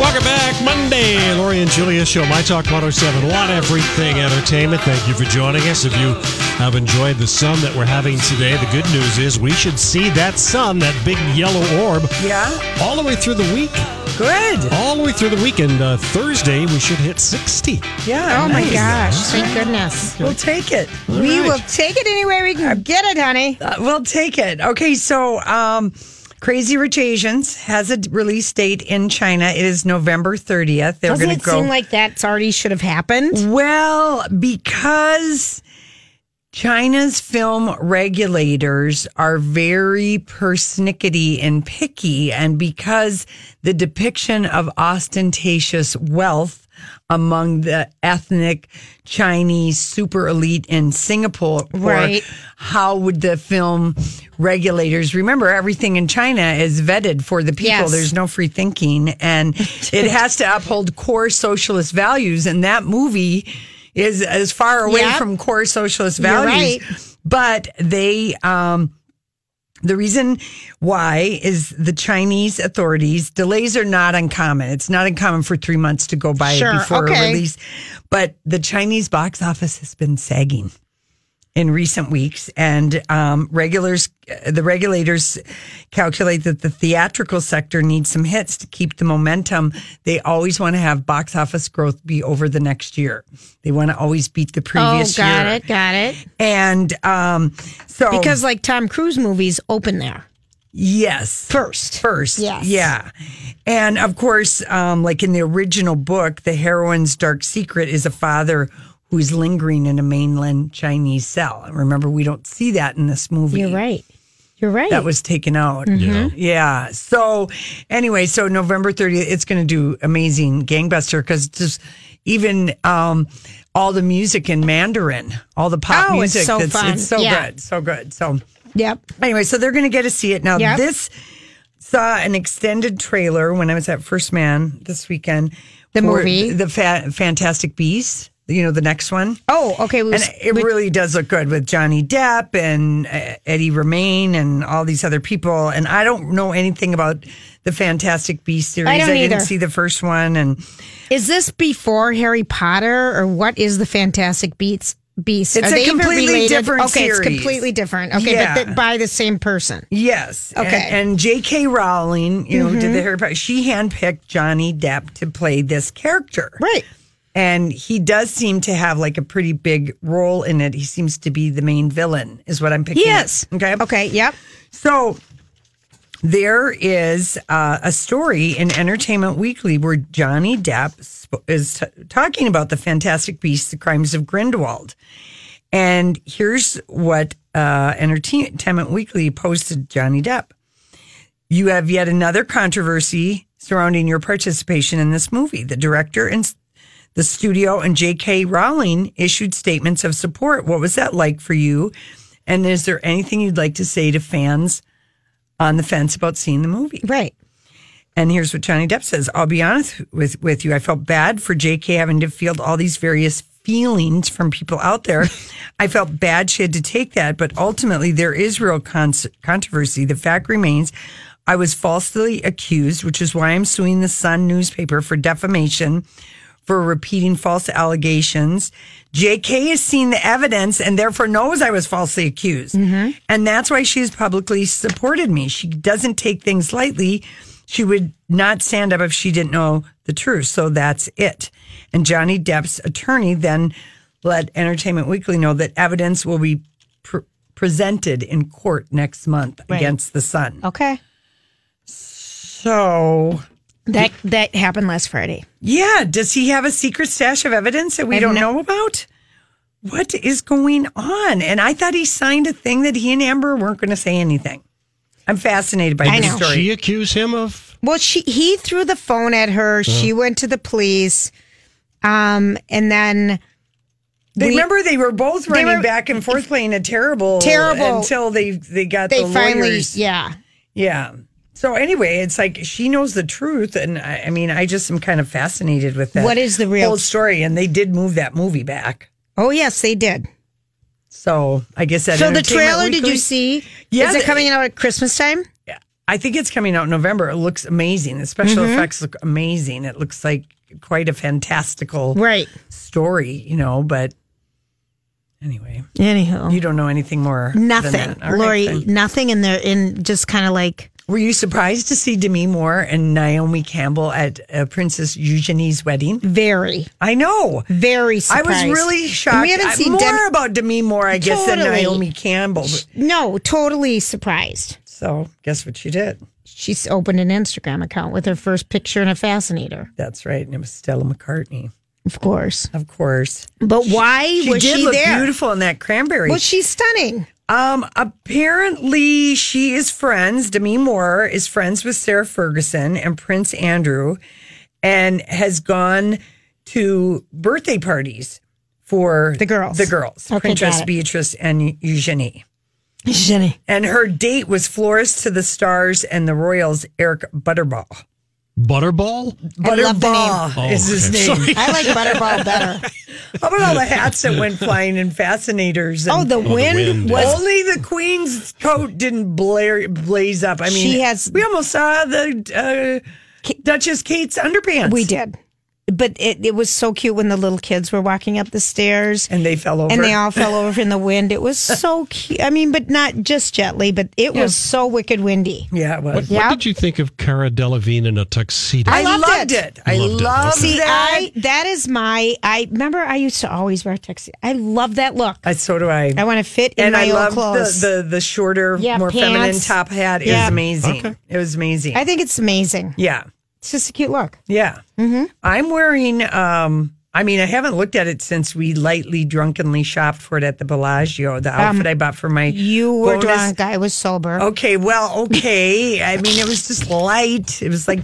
Welcome back, Monday. Lori and Julia show My Talk 107. One oh everything entertainment. Thank you for joining us. If you have enjoyed the sun that we're having today, the good news is we should see that sun, that big yellow orb, Yeah. all the way through the week. Good. All the way through the weekend. Uh, Thursday, we should hit 60. Yeah. Oh my nice. gosh! Thank goodness. We'll take it. We right. will take it anywhere we can get it, honey. Uh, we'll take it. Okay, so um, Crazy Rich Asians has a d- release date in China. It is November 30th. They're Doesn't going it to go. Mm. seem like that's already should have happened? well, because China's film regulators are very persnickety and picky, and because the depiction of ostentatious wealth among the ethnic Chinese super elite in Singapore Right. how would the film regulators remember everything in China is vetted for the people. Yes. There's no free thinking and it has to uphold core socialist values. And that movie is as far away Yep. from core socialist You're values. But they, um, the reason why is the Chinese authorities delays are not uncommon. It's not uncommon for three months to go by Sure, before a okay. release, but the Chinese box office has been sagging in recent weeks, and um, regulars, the regulators calculate that the theatrical sector needs some hits to keep the momentum. They always want to have box office growth be over the next year. They want to always beat the Oh, previous got year. it, got it. And um, so, Because like Tom Cruise movies open there yes, first. first. Yes. Yeah. And of course, um, like in the original book, the heroine's dark secret is a father who's lingering in a mainland Chinese cell. And remember, we don't see that in this movie. You're right. You're right. That was taken out. Mm-hmm. Yeah. Yeah. So anyway, so November 30th, it's going to do amazing gangbuster because just even um, all the music in Mandarin, all the pop Oh, it's music. so fun. It's so Yeah. good. So good. So yep. anyway, so they're going to get to see it now. Yep. This saw an extended trailer when I was at First Man this weekend. The for movie? the fa- Fantastic Beasts. You know, the next one. Oh, okay. We And it we- really does look good with Johnny Depp and uh, Eddie Romaine and all these other people. And I don't know anything about the Fantastic Beast series. I don't didn't either. see the first one. And is this before Harry Potter or what is the Fantastic Beats Beast? It's Are a they even completely related? different Okay, it's series. completely different. Okay, Yeah. but th- by the same person. yes. Okay. Mm-hmm. And, and J.K. Rowling, you know, did the Harry Potter. She handpicked Johnny Depp to play this character. Right. And he does seem to have like a pretty big role in it. He seems to be the main villain, is what I'm picking. up. Yes. Okay. Okay. Yep. So there is uh, a story in Entertainment Weekly where Johnny Depp sp- is t- talking about the Fantastic Beasts, the Crimes of Grindelwald. And here's what uh, Entertainment Weekly posted Johnny Depp. You have yet another controversy surrounding your participation in this movie. The director and s- the studio and J.K. Rowling issued statements of support. What was that like for you? And is there anything you'd like to say to fans on the fence about seeing the movie? Right. And here's what Johnny Depp says I'll be honest with, with you. I felt bad for JK having to field all these various feelings from people out there. I felt bad she had to take that, but ultimately there is real cons- controversy. The fact remains I was falsely accused, which is why I'm suing the Sun newspaper for defamation for repeating false allegations. JK has seen the evidence and therefore knows I was falsely accused. And that's why she's publicly supported me. She doesn't take things lightly. She would not stand up if she didn't know the truth. So that's it. And Johnny Depp's attorney then let Entertainment Weekly know that evidence will be pr- presented in court next month against the Sun. Okay. So, That that happened last Friday. yeah, does he have a secret stash of evidence that we I've don't no- know about? What is going on? And I thought he signed a thing that he and Amber weren't going to say anything. I'm fascinated by I this know. story. She accused him of. Well, she he threw the phone at her. She went to the police. Um, and then They We- remember they were both They running were- back and forth playing a terrible Terrible. until they they got they the finally lawyers. yeah. Yeah. So anyway, it's like she knows the truth, and I, I mean, I just am kind of fascinated with that. What is the real- whole story? And they did move that movie back, Oh yes, they did. so I guess that. So the Entertainment trailer did Weekly- you see? Yeah, Is it the- coming out at Christmas time? I think it's coming out in November. It looks amazing. The special Mm-hmm. effects look amazing. It looks like quite a fantastical Right. story, you know. But anyway, Anywho. you don't know anything more. than Nothing. that. All right, Lori, then. nothing in there in just kind of like Were you surprised to see Demi Moore and Naomi Campbell at uh, Princess Eugenie's wedding? very, I know. very surprised. I was really shocked. We haven't I- seen more Demi- about Demi Moore, I guess, than Totally. Naomi Campbell. But- No, totally surprised. So guess what she did? She's opened an Instagram account with her first picture and a fascinator, That's right, and it was Stella McCartney, of course. of course. But why She was did she look there? beautiful in that cranberry. Well, she's stunning. um, apparently she is friends. Demi Moore is friends with Sarah Ferguson and Prince Andrew, and has gone to birthday parties for The girls. the girls, Okay, got Princess it. Beatrice and Eugenie. Jenny. And her date was florist to the stars and the Royals, Eric Butterball. Butterball? I love the name. Butterball is his Oh, okay. Sorry. name. I like Butterball better. How about all the hats that went flying and fascinators? And Oh, the wind, wind, was. only the Queen's coat didn't blare, blaze up. I mean, She has- We almost saw the uh, Duchess Kate's underpants. We did. But it, it was so cute when the little kids were walking up the stairs and they fell over. and they all fell over in the wind. It was so cute. I mean, but not just gently, but it was so wicked windy. yeah, it What, was. what did you think of Cara Delevingne in a tuxedo? I I loved loved, it. it. I Loved loved, it. See, that. I that is my I remember I used to always wear tuxedo. I love that look. I, so do I. I want to fit in and my I own loved clothes. the, the the shorter, Yeah, more feminine pants. top hat. It Yeah. was amazing. It was amazing. I think it's amazing. yeah. It's just a cute look. Yeah. Mm-hmm. I'm wearing, um, I mean, I haven't looked at it since we lightly, drunkenly shopped for it at the Bellagio, the outfit I bought for my. Um, You were bonus- drunk. I was sober. Okay, well, okay. I mean, it was just light. It was like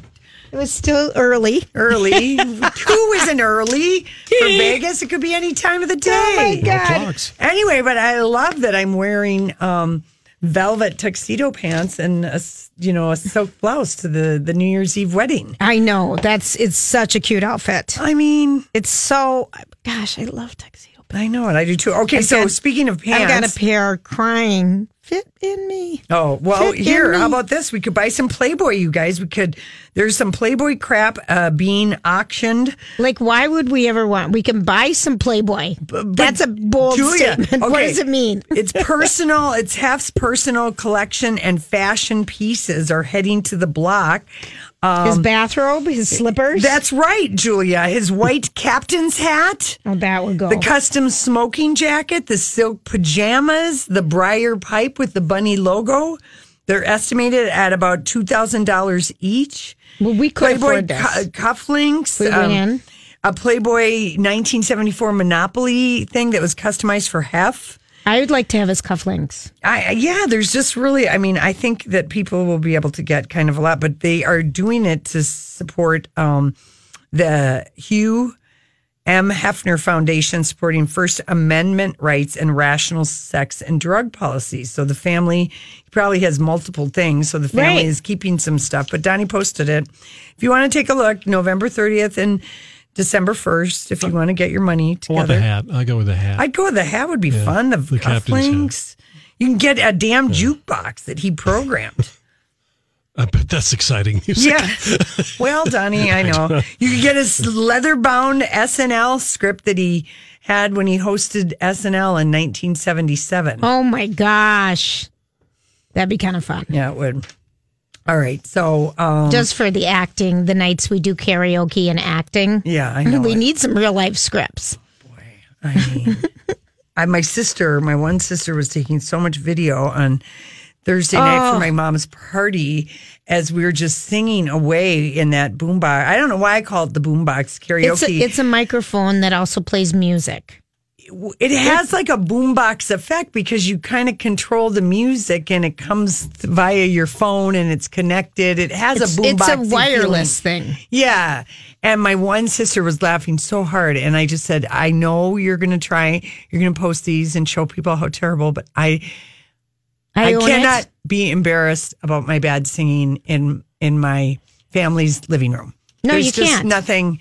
It was still early. early. Two isn't early. For Vegas, it could be any time of the day. Oh clocks. Anyway, but I love that I'm wearing um, velvet tuxedo pants and a, s- you know a silk blouse to the the New Year's Eve wedding. I know. That's it's such a cute outfit. I mean, It's so gosh, I love tuxedo. I know it. I do too. Okay, so got- speaking of pants, I've got a pair crying fit in me. Oh, well, Fit in here, me. how about this? We could buy some Playboy, you guys. We could, there's some Playboy crap uh, being auctioned. Like why would we ever want? We can buy some Playboy. That's a bold Julia, statement. What okay. does it mean? It's personal, it's Hef's personal collection and fashion pieces are heading to the block. his bathrobe, his slippers. Um, That's right, Julia. His white captain's hat, oh, that would go. the custom smoking jacket, the silk pajamas, the briar pipe with the bunny logo. They're estimated at about $2,000 each. well, we could Playboy afford this. cu- cufflinks. we um, went in. a Playboy 1974 Monopoly thing that was customized for Hef. I would like to have his cufflinks. I, yeah, there's just really, I mean, I think that people will be able to get kind of a lot, but they are doing it to support um, the Hugh M. Hefner Foundation supporting First Amendment rights and rational sex and drug policies. So the family he probably has multiple things. So the family Right. is keeping some stuff, but Donnie posted it. If you want to take a look, November 30th and December 1st, if you want to get your money I want the together. hat. I go with the hat. I'd go with the hat would be fun. The, the captain's hat. cufflinks. You can get a damn jukebox that he programmed. I bet that's exciting music. Yeah. Well, Donnie, I know. You could get his leather bound SNL script that he had when he hosted SNL in 1977. Oh my gosh. That'd be kind of fun. Yeah, it would. All right. So, um, Just for the acting, the nights we do karaoke and acting. yeah, I know. We it. need some real life scripts. I mean, I, my sister, my one sister, was taking so much video on Thursday night Oh. for my mom's party as we were just singing away in that boombox. I don't know why I call it the boombox karaoke. It's a, it's a microphone that also plays music. it has like a boombox effect because you kind of control the music and it comes th- via your phone and it's connected. It has It's a boombox. it's a feeling. wireless thing. Yeah. And my one sister was laughing so hard. And I just said, I know you're going to try, you're going to post these and show people how terrible, but I, I, I, own cannot It. be embarrassed about my bad singing in, in my family's living room. No, There's you just can't. nothing.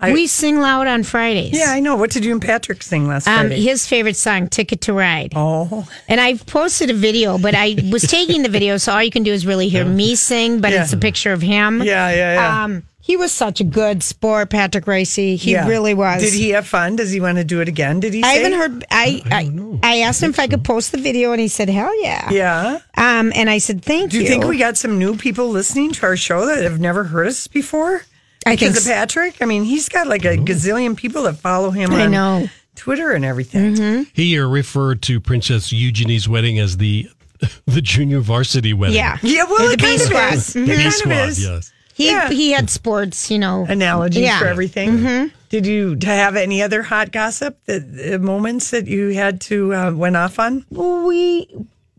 I- we sing loud on Fridays. Yeah, I know. What did you and Patrick sing last Um, Friday? his favorite song, "Ticket to Ride." oh, And I've posted a video, but I was taking the video, so all you can do is really hear me sing, but Yeah. it's a picture of him. yeah, yeah, yeah. Um, he was such a good sport, Patrick Racy. He Yeah. really was. Did he have fun? Does he want to do it again? Did he? I say? haven't heard. I I, I, asked him if I could post the video, and he said, "Hell yeah." Yeah. Um, and I said, "Thank Do you think we got some new people listening to our show that have never heard us before? I think Because of so. Patrick, I mean, he's got like a gazillion people that follow him Mm-hmm. I on know. Mm-hmm. Twitter and everything. He referred to Princess Eugenie's wedding as the the junior varsity wedding. Yeah. Mm-hmm. Yeah, well, The it kind B squad. of is. The It B kind squad, of is. yes. He Yeah. he had sports, you know, Analogies Yeah. Mm-hmm. for everything. Did you to have any other hot gossip that uh, moments that you had to uh, went off on, Well, we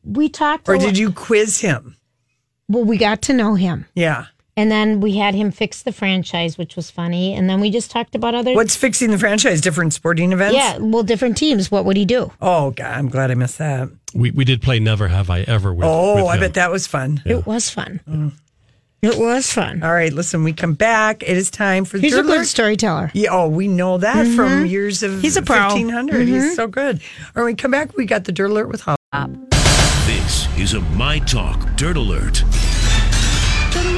we talked, or did you quiz him? Well, we got to know him, Yeah. and then we had him fix the franchise, which was funny, and then we just talked about other. What's fixing the franchise? Different sporting events. yeah, well, different teams. What would he do? Oh God, I'm glad I missed that. We, we did play Never Have I Ever with Oh, with I him. bet that was fun. It was fun. Mm. It was fun. All right, listen, we come back. It is time for He's a Dirt good Alert. storyteller. Yeah, oh, we know that Mm-hmm. from years of He's a pro. 1500. He's so good. All right, we come back. We got the Dirt Alert with Holly. This is a My Talk Dirt Alert.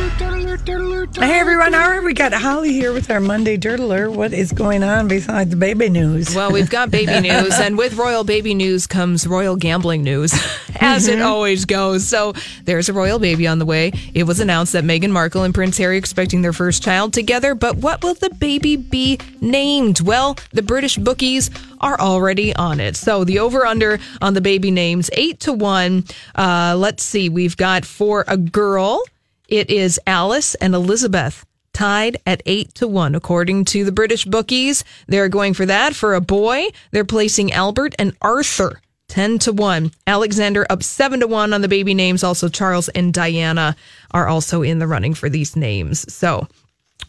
Hey, everyone. All right, we got Holly here with our Monday Dirt Alert. What is going on besides the baby news? Well, we've got baby news, and with royal baby news comes royal gambling news, as it always goes. So there's a royal baby on the way. It was announced that Meghan Markle and Prince Harry are expecting their first child together, but what will the baby be named? Well, the British bookies are already on it. So the over under on the baby names, eight to one. Uh, let's see, we've got for a girl, it is Alice and Elizabeth tied at 8 to 1 according to the British bookies. They're going for that for a boy. They're placing Albert and Arthur 10 to 1. Alexander up 7 to 1 on the baby names. Also Charles and Diana are also in the running for these names. So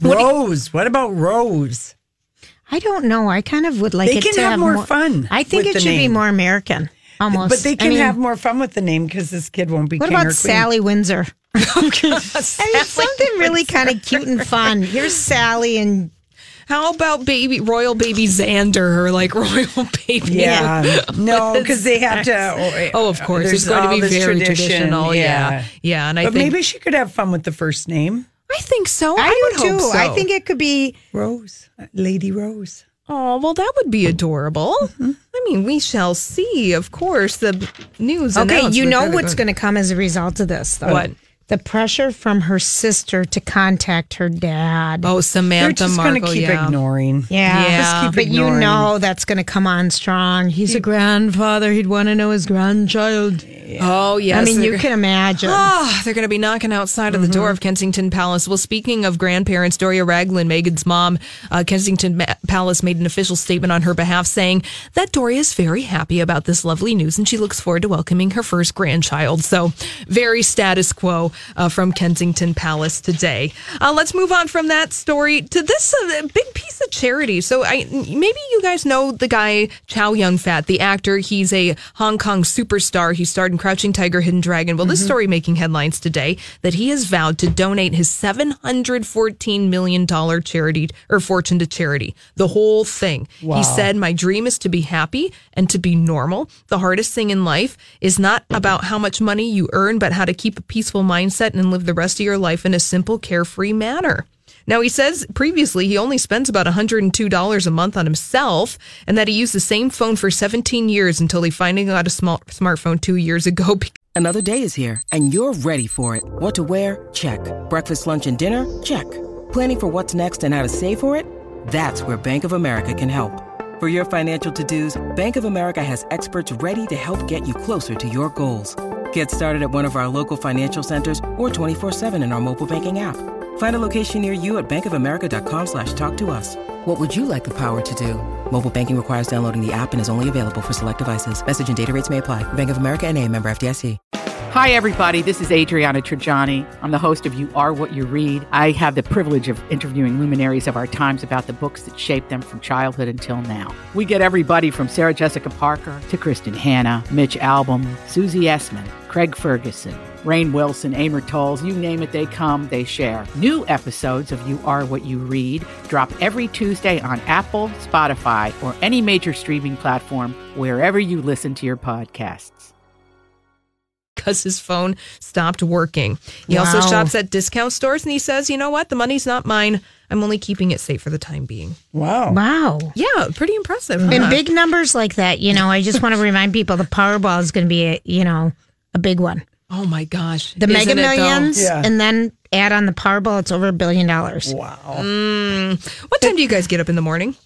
Rose. What about Rose? I don't know. I kind of would like They it can to have more fun I think with it the should be name. more American, almost. But they I can mean, have more fun with the name because this kid won't be What king or about queen. Sally Windsor? I mean, something really kind of cute and fun. Here's Sally, and how about baby royal baby Xander or like royal baby Yeah. no, because they have to. eh, Oh, of course. There's It's going to all be this very traditional. Yeah. Yeah. yeah. And I but think maybe she could have fun with the first name. I think so. Oh, I, I, would do too. hope so. I think it could be. Rose, Lady Rose. Oh, well, that would be adorable. Mm-hmm. I mean, we shall see, of course, the b- news. Okay, you announcement know for the- what's going to come as a result of this, though. What? The pressure from her sister to contact her dad. Oh, They're Samantha just going to Markle. keep Yeah. ignoring. Yeah, Yeah. Just keep but you ignoring. know that's going to come on strong. He's a grandfather. He'd want to know his grandchild. Oh, yes. I mean, they're you gonna- can imagine. Ah, they're going to be knocking outside of the door of Kensington Palace. Well, speaking of grandparents, Doria Raglan, Megan's mom, uh, Kensington Ma- Palace made an official statement on her behalf saying that Doria is very happy about this lovely news and she looks forward to welcoming her first grandchild. So, very status quo uh, from Kensington Palace today. Uh, let's move on from that story to this uh, big piece of charity. So, I maybe you guys know the guy Chow Yun Fat, the actor. He's a Hong Kong superstar. He starred in from Crouching Tiger, Hidden Dragon. Well, this story making headlines today that he has vowed to donate his $714 million charity or fortune to charity. The whole thing. He said, My dream is to be happy and to be normal. The hardest thing in life is not about how much money you earn, but how to keep a peaceful mindset and live the rest of your life in a simple, carefree manner. Now, he says previously he only spends about $102 a month on himself and that he used the same phone for 17 years until he finally got a small, smartphone two years ago. Another day is here, and you're ready for it. What to wear? Check. Breakfast, lunch, and dinner? Check. Planning for what's next and how to save for it? That's where Bank of America can help. For your financial to dos, Bank of America has experts ready to help get you closer to your goals. Get started at one of our local financial centers or 24-7 in our mobile banking app. Find a location near you at bankofamerica.com slash talk to us. What would you like the power to do? Mobile banking requires downloading the app and is only available for select devices. Message and data rates may apply. Bank of America and a member FDIC. Hi, everybody. This is Adriana Trajani. I'm the host of You Are What You Read. I have the privilege of interviewing luminaries of our times about the books that shaped them from childhood until now. We get everybody from Sarah Jessica Parker to Kristen Hanna, Mitch Albom, Susie Essman, Craig Ferguson, Rain Wilson, Amor Tolls, you name it, they come, they share. New episodes of You Are What You Read drop every Tuesday on Apple, Spotify, or any major streaming platform wherever you listen to your podcasts. because his phone stopped working. He also Wow. shops at discount stores and he says, you know what? The money's not mine. I'm only keeping it safe for the time being. Wow. Wow. Yeah, pretty impressive. In huh? big numbers like that, you know, I just want to remind people the Powerball is going to be, a, you know, a big one. oh my gosh. The Isn't Mega it, though? Millions, Yeah. and then add on the Powerball, it's over a billion dollars. What time do you guys get up in the morning?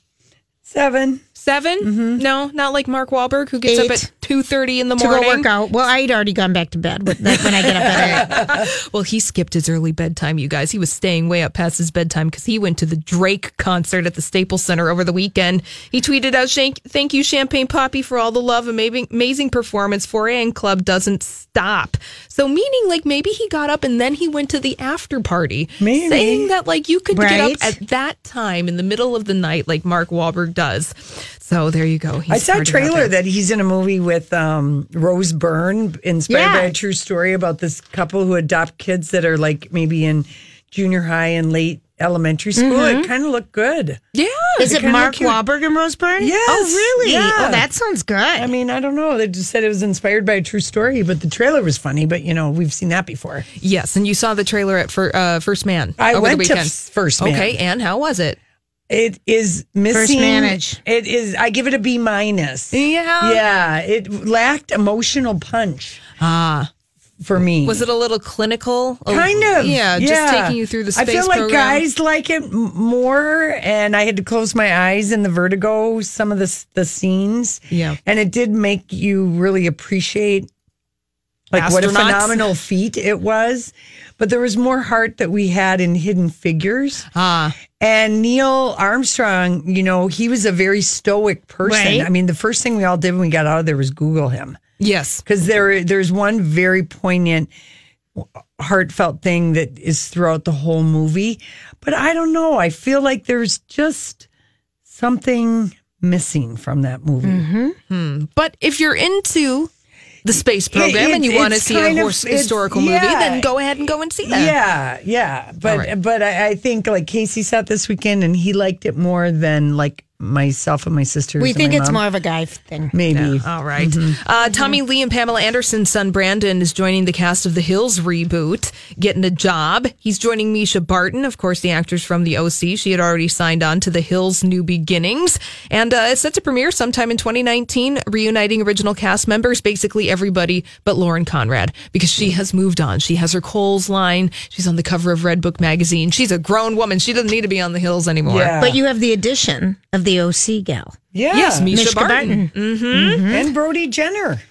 Seven. 7 No, not like Mark Wahlberg who gets up Mm-hmm. Eight. at two thirty in the To go morning. work out. Well, I had already gone back to bed with, like, when I get up at eight. Well, he skipped his early bedtime, you guys. He was staying way up past his bedtime because he went to the Drake concert at the Staples Center over the weekend. He tweeted out, "Shank- Thank you, Champagne Poppy, for all the love. Amazing, amazing performance. 4 a.m. Club doesn't stop. So, meaning like maybe he got up and then he went to the after party. Maybe. Saying that like you could get up Right. at that time in the middle of the night, like Mark Wahlberg does. So, there you go. He's I saw a partying out trailer there. that he's in a movie with um, Rose Byrne, inspired by Yeah. a true story about this couple who adopt kids that are like maybe in junior high and late elementary school. Mm-hmm. It kind of looked good. Yeah. Is it kinda Mark cute. Wahlberg and Rose Byrne? Yes. Oh, really? Yeah. Oh, that sounds good. I mean, I don't know. They just said it was inspired by a true story, but the trailer was funny. But you know, we've seen that before. Yes, and you saw the trailer at Fir- uh, First Man. I over went the to weekend. F- First Man. Okay, and how was it? It is missing. manage. It is. I give it a B minus. Yeah. Yeah, it lacked emotional punch. Ah, for me, Was it a little clinical? Oh, kind of Yeah, just taking you through the space I feel like program. guys like it m- more, and I had to close my eyes in the vertigo. Some of the s- the scenes, Yeah. and it did make you really appreciate like what a Astronauts. phenomenal feat it was. But there was more heart that we had in Hidden Figures. Ah, And Neil Armstrong, you know, he was a very stoic person. Right. I mean, the first thing we all did when we got out of there was Google him yes. because there there's one very poignant heartfelt thing that is throughout the whole movie but i don't know i feel like there's just something missing from that movie But if you're into the space program it- and you want to it's see a kind of- horse it's- historical movie, yeah. then go ahead and go and see that. yeah yeah but right. but I, I think like casey sat this weekend and he liked it more than like myself and my sisters we and think my it's mom. more of a guy thing. maybe All right. Uh, Tommy Lee and Pamela Anderson's son Brandon is joining the cast of The Hills reboot, getting a job. He's joining Misha Barton, of course, the actress from The OC. She had already signed on to The Hills New Beginnings. And uh, it's set to premiere sometime in 2019, reuniting original cast members, basically everybody but Lauren Conrad, because she has moved on. She has her Coles line. She's on the cover of Red Book magazine. She's a grown woman. She doesn't need to be on The Hills anymore. yeah But you have the addition of the OC gal. yeah Yes, Misha, Mishka Barton. Barton. and brody jenner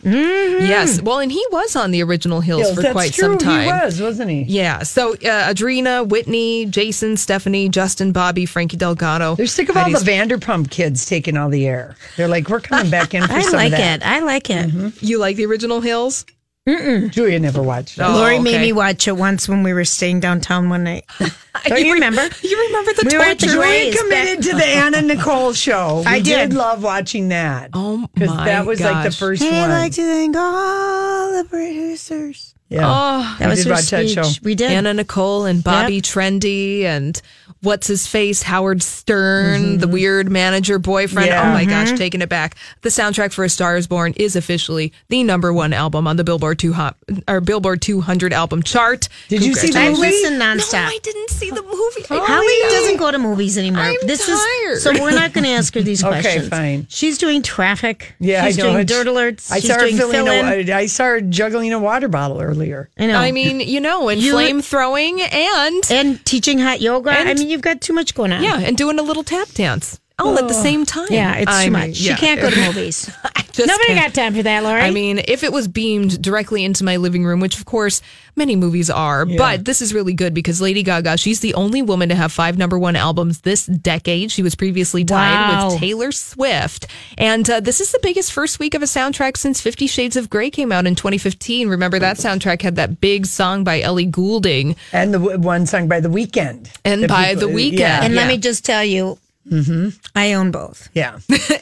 Yes. Well, and he was on the original Hills Hmm. Yes, for that's quite true some time. he was wasn't he Yeah. So uh, Adrena, Whitney, Jason, Stephanie, Justin, Bobby, Frankie Delgado. They're sick of all the Vanderpump kids taking all the air. They're like, we're coming back in for I some like of that. Mm-hmm. it. I like it. You like the original Hills? Julia never watched it. Oh, Lori made okay. me watch it once when we were staying downtown one night. Don't you remember? You remember the We were at the torture? Grays We committed to the Anna Nicole show. We I did. love watching that. Oh because my that was like the gosh. first And one. I'd like to thank all the producers. yeah, Oh. We That was did her watch that speech. show. We did. Anna Nicole and Bobby Trendy and what's his face Howard Stern, the weird manager boyfriend. Mm-hmm. Yeah. Oh my gosh, taking it back. The soundtrack for A Star Is Born is officially the number one album on the Billboard two hot or Billboard 200 album chart. Did you see the I Congratulations. movie? listened No, nonstop. I didn't see the movie. Holly doesn't go to movies anymore. I'm this tired. is so we're not going to ask her these Okay, questions. fine. She's doing traffic. Yeah, she's I know. doing It's- dirt alerts. I she's saw her doing filling. fill-in. A, I saw her juggling a water bottle earlier. I know. Eh. I mean, you know, and You- flame throwing and and teaching hot yoga. I And- mean, you've got too much going on. yeah, and doing a little tap dance all at the same time. yeah, it's I too mean, much. yeah. She can't go to movies. I just Nobody got can't. time for that, Lori. I mean, if it was beamed directly into my living room, which of course many movies are, but this is really good because Lady Gaga, she's the only woman to have five number one albums this decade. She was previously tied Wow. with Taylor Swift. And uh, this is the biggest first week of a soundtrack since Fifty Shades of Grey came out in 2015. Remember that soundtrack had that big song by Ellie Goulding And the w- one sung by The Weekend. and by The Weeknd. Yeah. and let yeah. me just tell you, I own both. yeah.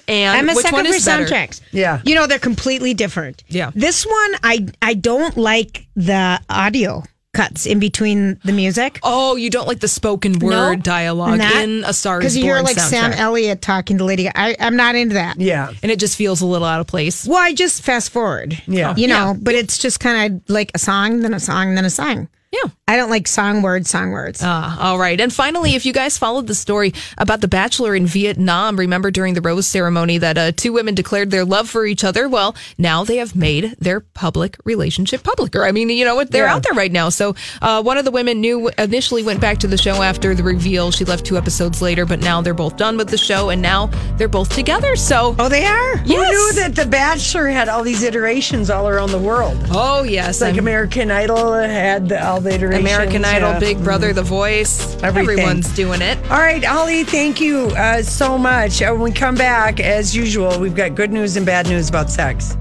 And I'm a which sucker one for is better? soundtracks. Yeah. you know they're completely different. Yeah. this one I I don't like the audio cuts in between the music. Oh, you don't like the spoken word dialogue in a Star because Is you hear Born like Sam soundtrack. Elliott talking to Lady. Gaga. I I'm not into that. Yeah. and it just feels a little out of place. Well, I just fast forward. Yeah. you know, but it's just kind of like a song, then a song, then a song. Yeah. I don't like song words, song words. Ah, all right. And finally, if you guys followed the story about the bachelor in Vietnam, remember during the rose ceremony that uh, two women declared their love for each other? Well, now they have made their public relationship public. Or, I mean, you know what? They're out there right now. So uh, one of the women knew initially went back to the show after the reveal. She left two episodes later, but now they're both done with the show and now they're both together. So, oh, they are. yes. Who knew that The Bachelor had all these iterations all around the world? Oh, yes. It's like I'm- American Idol had the, all the iterations. American Idol, yeah. Mm-hmm. Big Brother, The Voice. Everything. Everyone's doing it. All right, Ollie, thank you uh, so much. Uh, when we come back, as usual, we've got good news and bad news about sex.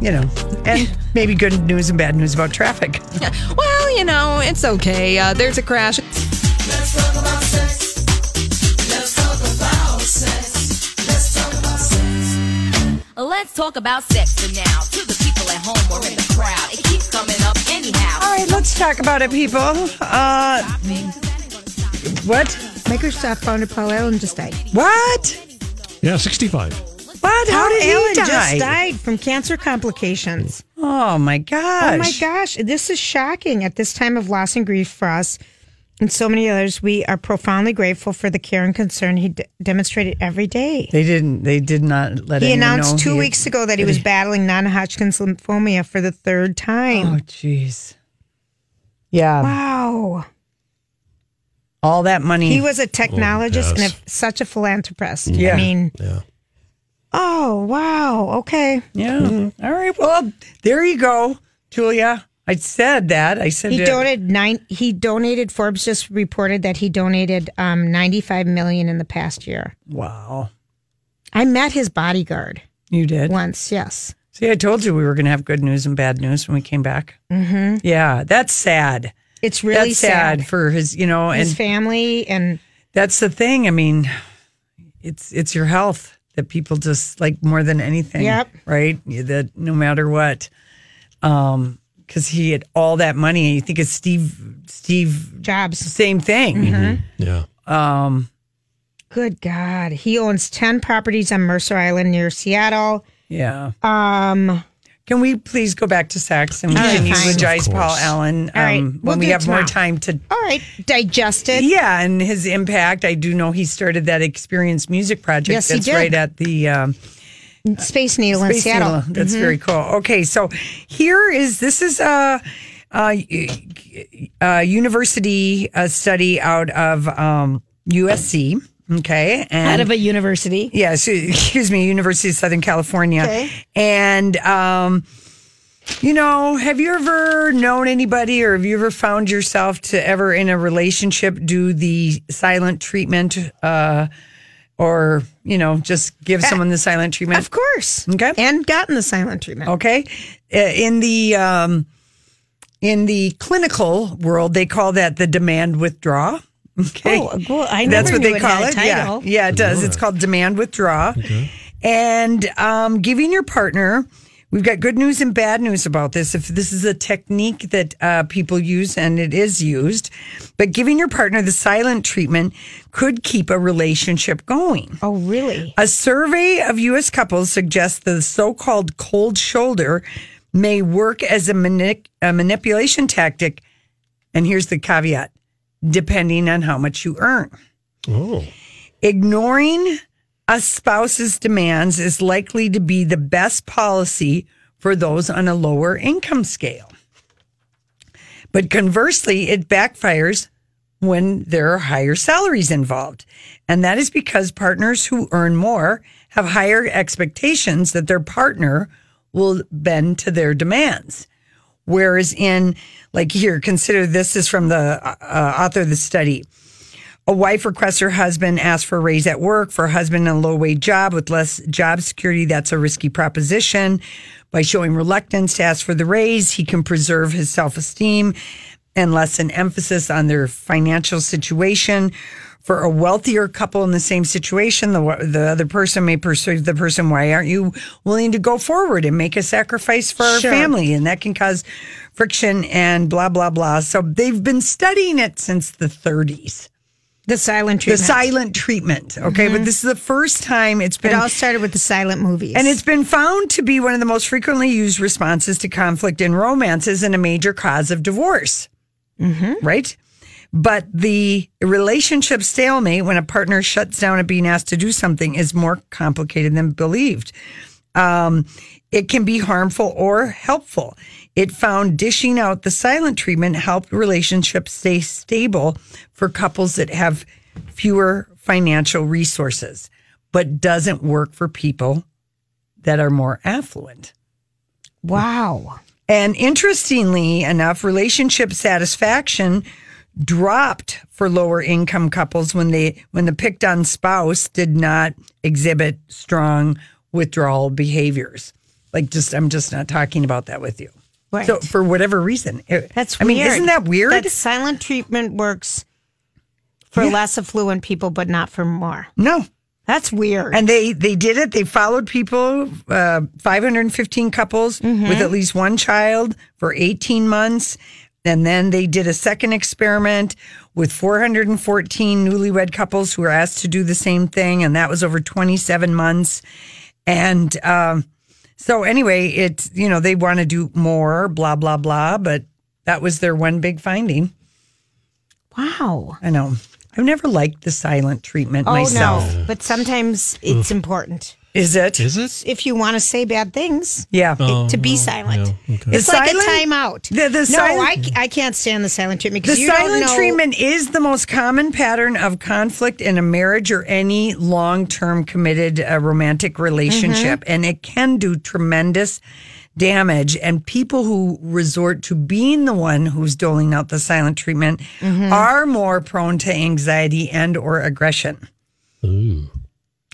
You know, and maybe good news and bad news about traffic. Well, you know, it's okay. Uh, there's a crash. Let's talk about sex for now. To the people at home or in the crowd, it keeps coming up anyhow. All right, let's talk about it, people. Uh, what? Microsoft founder Paul Allen just died. What? Yeah, 65. What? How did Alan die? Oh, just died from cancer complications. Oh my gosh. Oh my gosh, this is shocking. At this time of loss and grief for us and so many others, we are profoundly grateful for the care and concern he d- demonstrated every day. They didn't. They did not let. He anyone know announced two he- weeks ago that he was battling non-Hodgkin's lymphoma for the third Oh time. jeez. Yeah. wow. All that money. He was a technologist and yes. a, such a philanthropist. Yeah. I mean, Yeah. oh, wow. Okay. Yeah. Mm-hmm. All right. Well, there you go, Julia. I said that. I said He it. donated nine. He donated. Forbes just reported that he donated um, ninety-five million in the past year. Wow. I met his bodyguard You did. once. Yes, See, I told you we were going to have good news and bad news when we came back. Mm-hmm. Yeah, that's sad. it's really that's sad. for his, you know, and His family and that's the thing. I mean, it's it's your health that people just like more than anything. Yep. Right. You- That no matter what, um, because he had all that money. You think of Steve. Steve, Jobs. same thing. Mm-hmm. Mm-hmm. Yeah. Good God, he owns ten properties on Mercer Island near Seattle. Yeah. Um, Can we please go back to sex and we All right, can fine. eulogize Of course. Paul Allen um, All right, when we'll we do it have more tomorrow. time to? all right, digested. Yeah, and his impact. I do know he started that Experience Music Project. Yes, he that's did. right at the um, Space Needle in Space Seattle. Needle. That's very cool. Okay, so here is this is a, a, a university a study out of um, USC. Okay, and Out of a university. Yes, excuse me, University of Southern California. And um you know, have you ever known anybody or have you ever found yourself to ever in a relationship do the silent treatment uh or, you know, just give someone the silent treatment? Of course. Okay. Oh, And gotten the silent treatment. Okay. Uh, In the um, In the clinical world, they call that the demand withdraw. Okay. Oh, cool. I That's what never knew they it had call a it. Yeah. title. yeah, it does. It's called demand withdraw. And um, giving your partner, we've got good news and bad news about this. If this is a technique that uh, people use and it is used, but giving your partner the silent treatment could keep a relationship going. Oh, really? A survey of U.S. couples suggests the so called cold shoulder may work as a, mani- a manipulation tactic. And here's the caveat depending on how much you earn. Oh. Ignoring a spouse's demands is likely to be the best policy for those on a lower income scale. But conversely, it backfires when there are higher salaries involved. And that is because partners who earn more have higher expectations that their partner will bend to their demands. Whereas in, like here, consider this is from the uh, author of the study. A wife requests her husband ask for a raise at work for a husband in a low wage job with less job security. That's a risky proposition. By showing reluctance to ask for the raise, he can preserve his self esteem and lessen emphasis on their financial situation. For a wealthier couple in the same situation, the, the other person may persuade the person, why aren't you willing to go forward and make a sacrifice for our Sure. family? And that can cause friction and blah, blah, blah. So they've been studying it since the 30s The silent the treatment. silent treatment. Okay, but this is the first time it's It been. all started with the silent movies. and it's been found to be one of the most frequently used responses to conflict in romances and a major cause of divorce. Right? But the relationship stalemate, when a partner shuts down at being asked to do something, is more complicated than believed. Um, it can be harmful or helpful. It found dishing out the silent treatment helped relationships stay stable for couples that have fewer financial resources, but doesn't work for people that are more affluent. wow. And interestingly enough, relationship satisfaction dropped for lower income couples when they when the picked on spouse did not exhibit strong withdrawal behaviors. Like just I'm just not talking about that with you. Right. So for whatever reason. it- That's I mean, weird. isn't that weird? That silent treatment works for less affluent people, but not for more. no. That's weird. And they they did it. They followed people, uh, 515 couples with Mm-hmm. at least one child for 18 months, and then they did a second experiment with 414 newlywed couples who were asked to do the same thing, and that was over 27 months. And um, so anyway, it's you know they want to do more, blah blah blah, but that was their one big finding. wow. I know. I've never liked the silent treatment Oh myself. no. But sometimes it's important Is it? Is it? Um, if you want to say bad things Yeah. it- to Oh, be silent. yeah, okay. It's The like silent- a timeout. The- the no, silent- I, c- I can't stand the silent treatment The because you don't silent know. treatment is the most common pattern of conflict in a marriage or any long term committed uh, romantic relationship, Mm-hmm. and it can do tremendous damage. And people who resort to being the one who's doling out the silent treatment Mm-hmm. are more prone to anxiety and or aggression.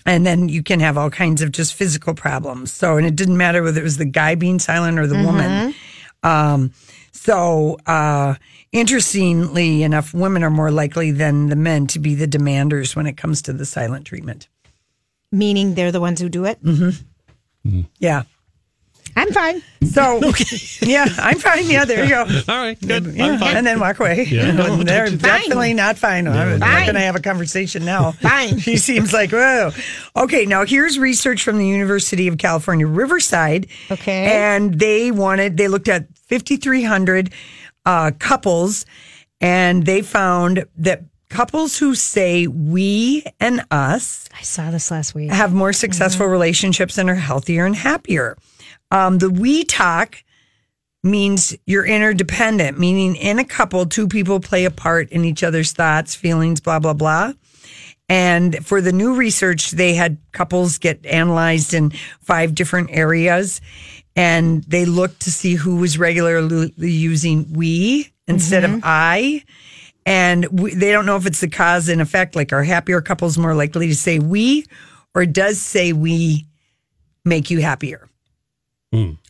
And then you can have all kinds of just physical problems. So, and it didn't matter whether it was the guy being silent or the woman. Um, so, uh, interestingly enough, women are more likely than the men to be the demanders when it comes to the silent treatment. meaning they're the ones who do it. Mm-hmm. Yeah. I'm fine. So, yeah, I'm fine. Yeah, there you go. All right, good. Yeah. I'm fine. And then walk away. Yeah. No, And they're definitely not fine. I'm not Fine. going to have a conversation now. Fine. She seems like, whoa. Okay, now here's research from the University of California, Riverside. Okay. And they wanted, they looked at 5,300 uh, couples and they found that couples who say we and us I saw this last week. have more successful relationships and are healthier and happier. Um, the we talk means you're interdependent, meaning in a couple, two people play a part in each other's thoughts, feelings, blah, blah, blah. And for the new research, they had couples get analyzed in five different areas and they looked to see who was regularly using we instead of I. And we, they don't know if it's the cause and effect, like are happier couples more likely to say we or does say we make you happier?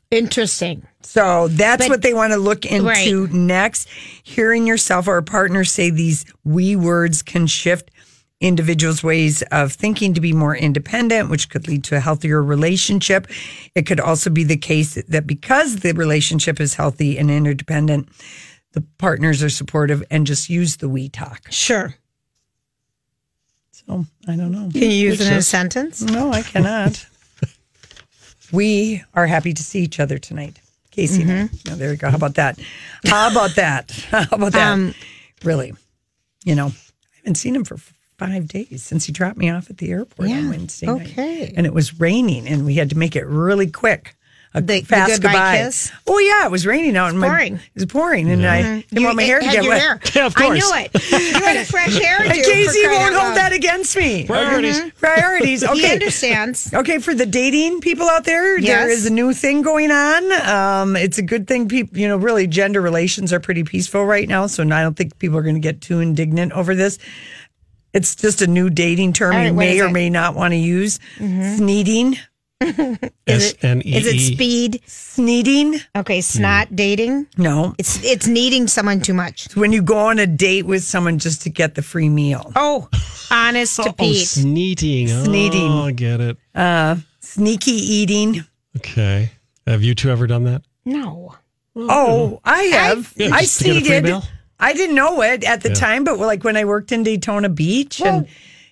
Interesting. So that's But- what they want to look into next. Hearing yourself or a partner say these we words can shift individuals' ways of thinking to be more independent, which could lead to a healthier relationship. It could also be the case that because the relationship is healthy and interdependent, the partners are supportive and just use the we talk. Sure. So I don't know. Can you use it in a sentence? No, I cannot. we are happy to see each other tonight. Casey, and I. Mm-hmm. Yeah, there we go. How about that? How about that? How about that? Um, really, you know, I haven't seen him for f- five days since he dropped me off at the airport on Wednesday night. okay. And it was raining, and we had to make it really quick. A The- the fast goodbye goodbye. kiss? Oh yeah, it was raining out. and my- pouring. Mm-hmm. It was pouring, and I didn't You want my hair to had get your wet. hair. Yeah, of I knew course. it. You had a fresh hairdo. And for Casey crying won't out hold loud. that against me. Mm-hmm. Priorities. Priorities. Okay. He understands. Okay, for the dating people out there, there Yes. is a new thing going on. Um, it's a good thing people, you know, really gender relations are pretty peaceful right now, so I don't think people are going to get too indignant over this. It's just a new dating term All you right, what may is or it? may not want to use. Sneeding, S N E Is it E. speed? sneeding. Okay, snot dating. No, It's it's needing someone too much. it's when you go on a date with someone just to get the free meal. Oh, honest to Oh, Pete. sneating. Oh, Sneating. I get it. Sneaky eating. Okay. Have you two ever done that? no. Oh, I have. Yeah, I just to get a free sneeded. meal. I didn't know it at the time, but like when I worked in Daytona Beach and. Well,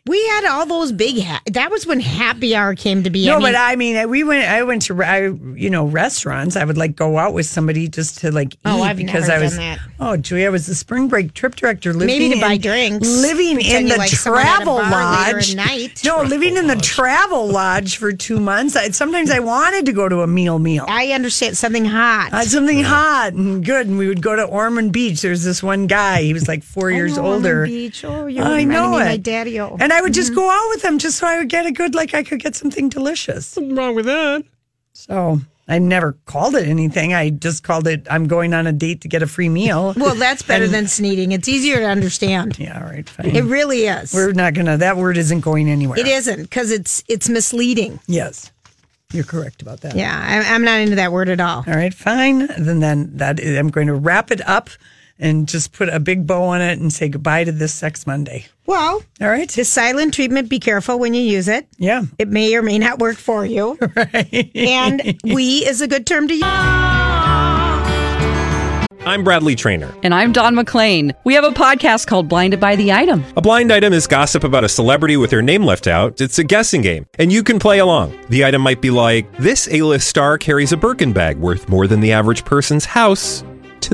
we had all those big. Ha- that was when happy hour came to be. No, I mean, but I mean, I- we went. I went to, I, you know, restaurants. I would like go out with somebody just to like eat Oh, I've because never I was. done that. Oh, Julia was the spring break trip director. Living Maybe to buy in- drinks, Living pretend in you the like someone at a travel bar later lodge. at night. No, living in the travel lodge for two months. I, sometimes I wanted to go to a meal meal. I understand something hot. Uh, something hot and good, and we would go to Ormond Beach. There's this one guy; he was like four years know older. Ormond Beach. Oh, you I reminded know me of my Oh. Mm-hmm. it. daddy-o. And I would just go out with him just so I would get a good, like I could get something delicious. Nothing wrong with that. So I never called it anything. I just called it I'm going on a date to get a free meal. well, that's better than sneezing. It's easier to understand. yeah, all right, It fine. really is. We're not gonna. That word isn't going anywhere. it isn't because it's it's misleading. Yes, you're correct about that. Yeah, I'm, I'm not into that word at all. All right, fine. Then then that is, I'm going to wrap it up and just put a big bow on it and say goodbye to this Sex Monday. Well, All right. the silent treatment. Be careful when you use it. yeah. It may or may not work for you. And we is a good term to use. I'm Bradley Trainer. And I'm Don McClain. We have a podcast called Blinded by the Item. A blind item is gossip about a celebrity with their name left out. It's a guessing game, and you can play along. The item might be like this: A-list star carries a Birkin bag worth more than the average person's house to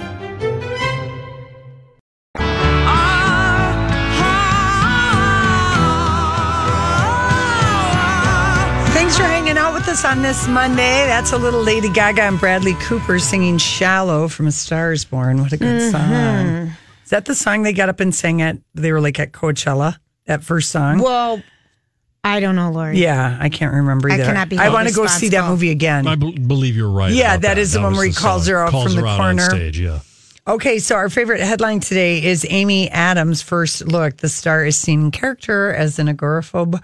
Thanks for hanging out with us on this Monday. That's a little Lady Gaga and Bradley Cooper singing Shallow from A Star is Born. What a good Mm-hmm. song. Is that the song they got up and sang at? They were like at Coachella, that first song. Well, I don't know, Lori. yeah, I can't remember I either. cannot be I held want to go see that responsible. movie again. I b- believe you're right. Yeah, about that is the one was where he calls song. her out Calls from the her out corner. on stage. Yeah. Okay, so our favorite headline today is Amy Adams' first look. The star is seen in character as an agoraphobe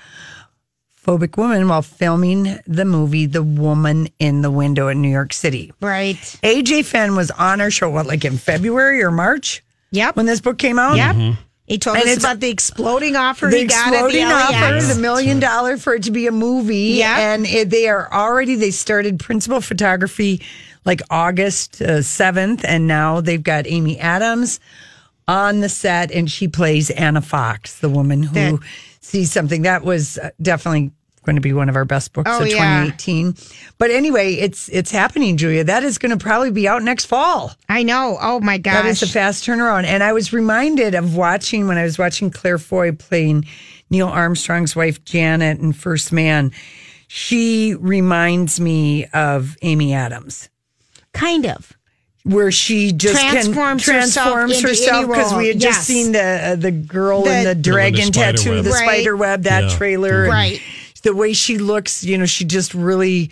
phobic woman while filming the movie The Woman in the Window in New York City. Right. AJ Fenn was on our show, what, like in February or March Yep. when this book came out? yep. He told And us it's- about the exploding offer The he got at Mm-hmm. the E exploding offer, LAX. the million dollar for it to be a movie. Yep. And it, they are already, they started principal photography like August uh, 7th, and now they've got Amy Adams on the set, and she plays Anna Fox, the woman who That- sees something. That was uh, definitely going to be one of our best books Oh, of yeah. 2018. But anyway, it's it's happening, Julia. That is going to probably be out next fall. I know. Oh my gosh. That is a fast turnaround. And I was reminded of watching when I was watching Claire Foy playing Neil Armstrong's wife, Janet, in First Man. She reminds me of Amy Adams, kind of. where she just can- Transforms herself transforms into herself any because role. we had Yes. just seen the uh, the girl in The- the dragon spider tattoo, web. the Right. spider web, that Yeah. Mm-hmm. trailer, and Right. The way she looks, you know, she just really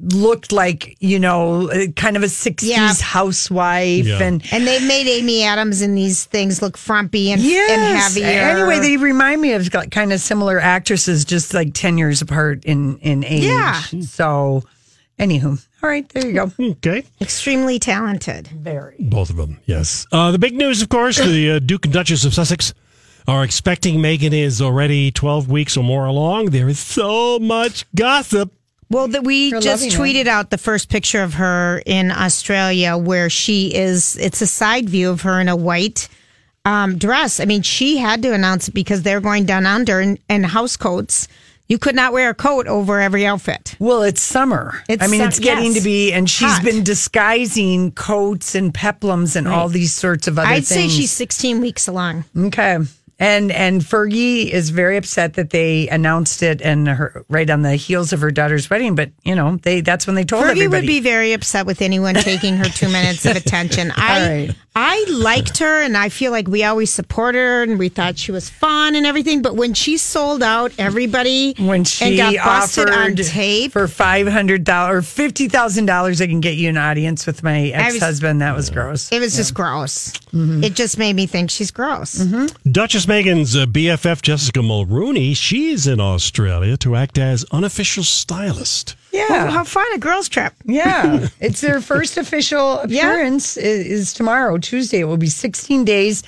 looked like, you know, uh, kind of a 60s Yeah. housewife. And and they made Amy Adams in these things look frumpy and and Yes. heavier. Anyway, they remind me of got kind of similar actresses, just like ten years apart in in age. Yeah. So, anywho, all right, there you go. Okay. extremely talented. Very. Both of them, yes. Uh, the big news, of course, the uh, Duke and Duchess of Sussex are expecting Meghan is already 12 weeks or more along. There is so much gossip. Well, that we They're just loving tweeted out the first picture of her in Australia, where she is. It's a side view of her in a white um, dress. I mean, she had to announce it because they're going down under in, in house coats. You could not wear a coat over every outfit. Well, it's summer. I mean, sum- it's getting yes. to be, and she's Hot. been disguising coats and peplums and all these sorts of other I'd say things. she's 16 weeks along. okay. And and Fergie is very upset that they announced it and her right on the heels of her daughter's wedding. But you know, they that's when they told Fergie everybody. would be very upset with anyone taking her two minutes of attention. I I liked her, and I feel like we always supported her, and we thought she was fun and everything. But when she sold out, everybody when she and got busted offered on tape. for five hundred dollars, fifty thousand dollars, I can get you an audience with my ex husband. That was gross. It was just gross. Mm-hmm. It just made me think she's gross. Duchess Meghan's uh, BFF, Jessica Mulrooney, she's in Australia to act as unofficial stylist. Yeah, Oh, how fun a girls trip! yeah. it's their first official appearance i- is, tomorrow, Tuesday. It will be sixteen days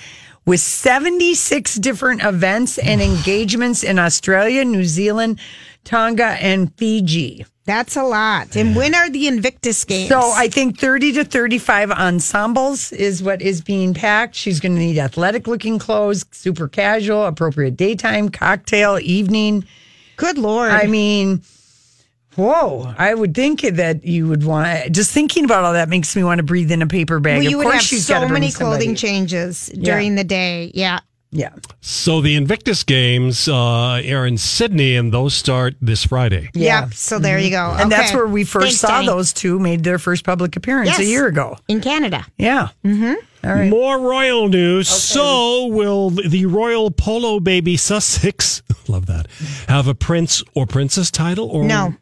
with seventy six different events and engagements in Australia, New Zealand, Tonga, and Fiji. That's a lot. And when are the Invictus games? So I think 30 to 35 ensembles is what is being packed. She's going to need athletic looking clothes, super casual, appropriate daytime, cocktail, evening. Good lord. I mean, whoa, I would think that you would want just thinking about all that makes me want to breathe in a paper bag. well, of you would course have she's so gotta bring many somebody. clothing changes during the day. Yeah. Yeah. So the Invictus Games uh, are in Sydney, and those start this Friday. Yeah. Yep. So there you go. Mm-hmm. And that's Okay. where we first Thanks, saw Donnie. those two made their first public appearance a Yes. year ago. in Canada. Yeah. Mm-hmm. All right. More royal news. So, will the royal polo baby Sussex, love that, have a prince or princess title? Or No.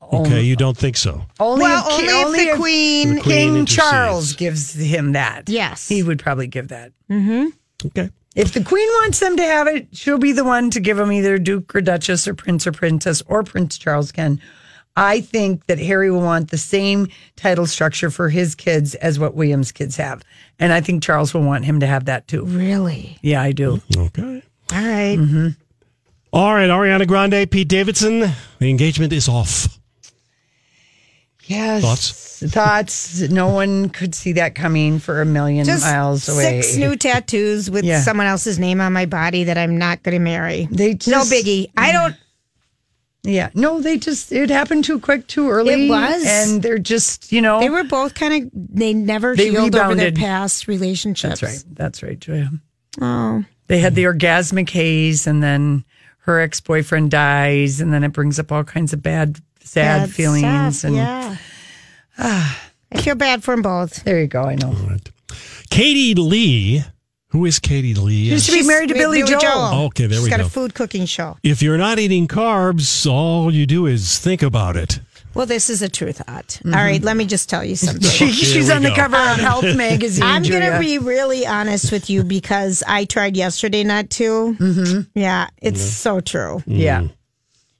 Okay, you don't think so. Only well, if, only, ki- only if the if queen. The queen King intercedes. Charles gives him that. Yes. He would probably give that. Okay. If the queen wants them to have it, she'll be the one to give them either duke or duchess or prince or princess or Prince Charles can. I think that Harry will want the same title structure for his kids as what William's kids have. And I think Charles will want him to have that too. Really? Yeah, I do. Okay. All right. Mm-hmm. All right, Ariana Grande, Pete Davidson, the engagement is off. Yes. Thoughts? Thoughts. No one could see that coming for a million Just miles away. six new tattoos with Yeah. someone else's name on my body that I'm not going to marry. They no just- Mm-hmm. biggie. I don't. yeah. No, they just, it happened too quick, too early. It was. And they're just, you know. They were both kind of. They never Oh. They healed over their rebounded. past relationships. That's right. That's right, Joya. Oh, They had the orgasmic haze, and then her ex boyfriend dies, and then it brings up all kinds of bad, sad bad feelings. stuff, and yeah. I feel bad for them both. there you go. I know. Katie Lee, who is Katie Lee? She's- To be married to with Billy Joel. Okay, there She's we got go. a food cooking show. if you're not eating carbs, all you do is think about it. Well, this is a true thought. All right, let me just tell you something. Mm-hmm. She, she's we on the go. cover of Health magazine. I'm going to Julia. be really honest with you because I tried yesterday not to. Mm-hmm. Yeah, it's so true. Yeah. Mm.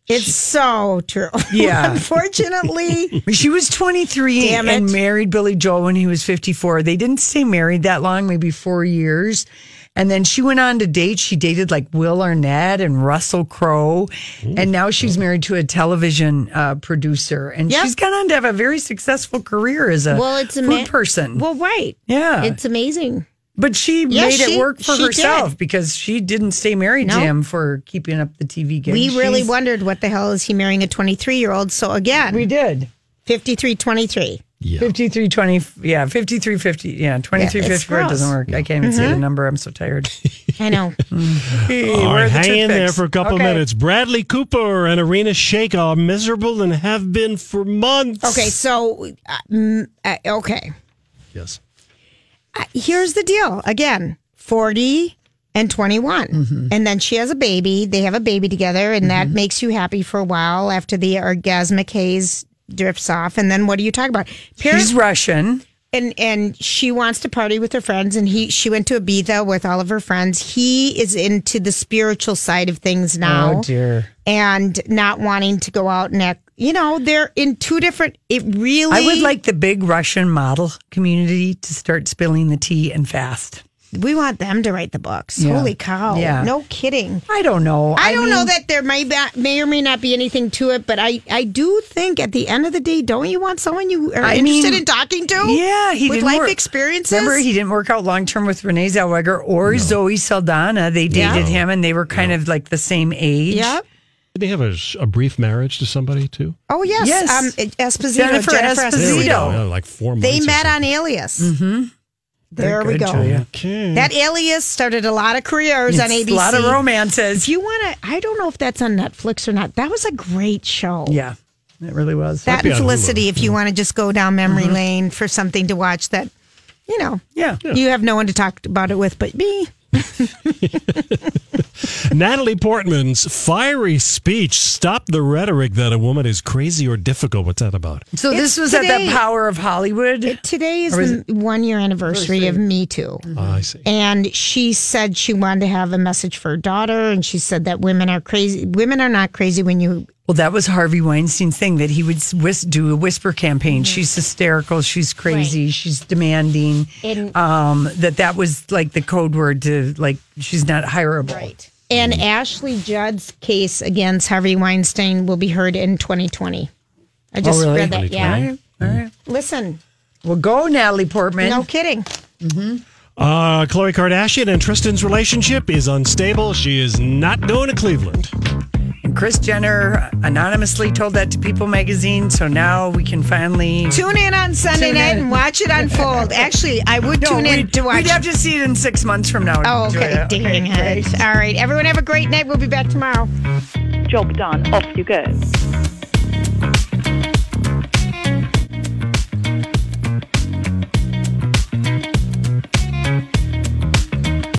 It's so true. Yeah. Unfortunately, She was 23 Damn it. and married Billy Joel when he was 54. They didn't stay married that long, maybe four years. And then she went on to date. She dated like Will Arnett and Russell Crowe. And now she's married to a television uh, producer. And Yep. she's gone on to have a very successful career as a well, it's a food ama- person. Well, right. yeah. It's amazing. but she Yeah, made she- it work for she herself did. because she didn't stay married to No. him for keeping up the TV gig. We really She's- wondered what the hell is he marrying a 23 year old? So We again, did. 53 23. Yeah. 53 20 yeah 53 50 yeah 23 it's 54 it doesn't gross. work i can't even say the number i'm so tired I know. hey, All where are right, the hang in there toothpicks? for a couple Okay. minutes. Bradley Cooper and Arena Shayk are miserable and have been for months. Okay, so, uh, mm, uh, okay. Yes. here's the deal again 40 and 21 Mm-hmm. and then she has a baby they have a baby together and that makes you happy for a while after the orgasmic haze drifts off, and then what do you talk about? She's Russian. and and she wants to party with her friends and he she went to Ibiza with all of her friends. He is into the spiritual side of things now. Oh, dear. And not wanting to go out and act, you know, they're in two different it really I would like the big Russian model community to start spilling the tea and fast. we want them to write the books. Yeah. Holy cow. Yeah. No kidding. I don't know. I, don't know mean, that there may ba- may or may not be anything to it, but I, I do think at the end of the day, don't you want someone you are I interested mean, in talking to? Yeah, he with didn't life work- experiences. Remember, he didn't work out long term with Renee Zellweger or Zoe Saldana. They Yeah. dated him, and they were kind of like the same age. Yep. Did they have a, sh- a brief marriage to somebody too? Oh yes, Yes. Um, Esposito, Jennifer Jennifer, Esposito. There we Esposito. go. Zito. Yeah, like four months. They or met on something. Alias. Mm-hmm. There we go. Okay. That Alias started a lot of careers on ABC. A lot of romances. If you want to, I don't know if that's on Netflix or not. That was a great show. yeah, it really was. That be and on Hulu. Mm-hmm. Felicity, if you want to just go down memory Mm-hmm. lane for something to watch that, you know, yeah. you have no one to talk about it with but me. Natalie Portman's fiery speech stopped the rhetoric that a woman is crazy or difficult. What's that about? So It's this was at today. the power of Hollywood. Today is Or is the one year anniversary of Me Too. Mm-hmm. Ah, I see. and she said she wanted to have a message for her daughter and she said that women are crazy women are not crazy when you well, that was Harvey Weinstein's thing that he would s- whis- do a whisper campaign. Mm-hmm. She's hysterical. She's crazy. She's demanding. And- um, that that was like the code word to like she's not hireable. and ashley judd's case against harvey weinstein will be heard in 2020 i just Oh, really? Mm. read that All yeah right. All right. listen Well, go, Natalie Portman. no kidding Uh, Khloe Kardashian and Tristan's relationship is unstable. She is not going to Cleveland. And Chris Jenner anonymously told that to People magazine, so now we can finally. tune in on sunday Tune night in. and watch it unfold actually i would No, tune in we'd, to watch we'd have to see it in six months from now. oh okay Julia. dang Okay, it all right everyone have a great night we'll be back tomorrow Job done. Off you go.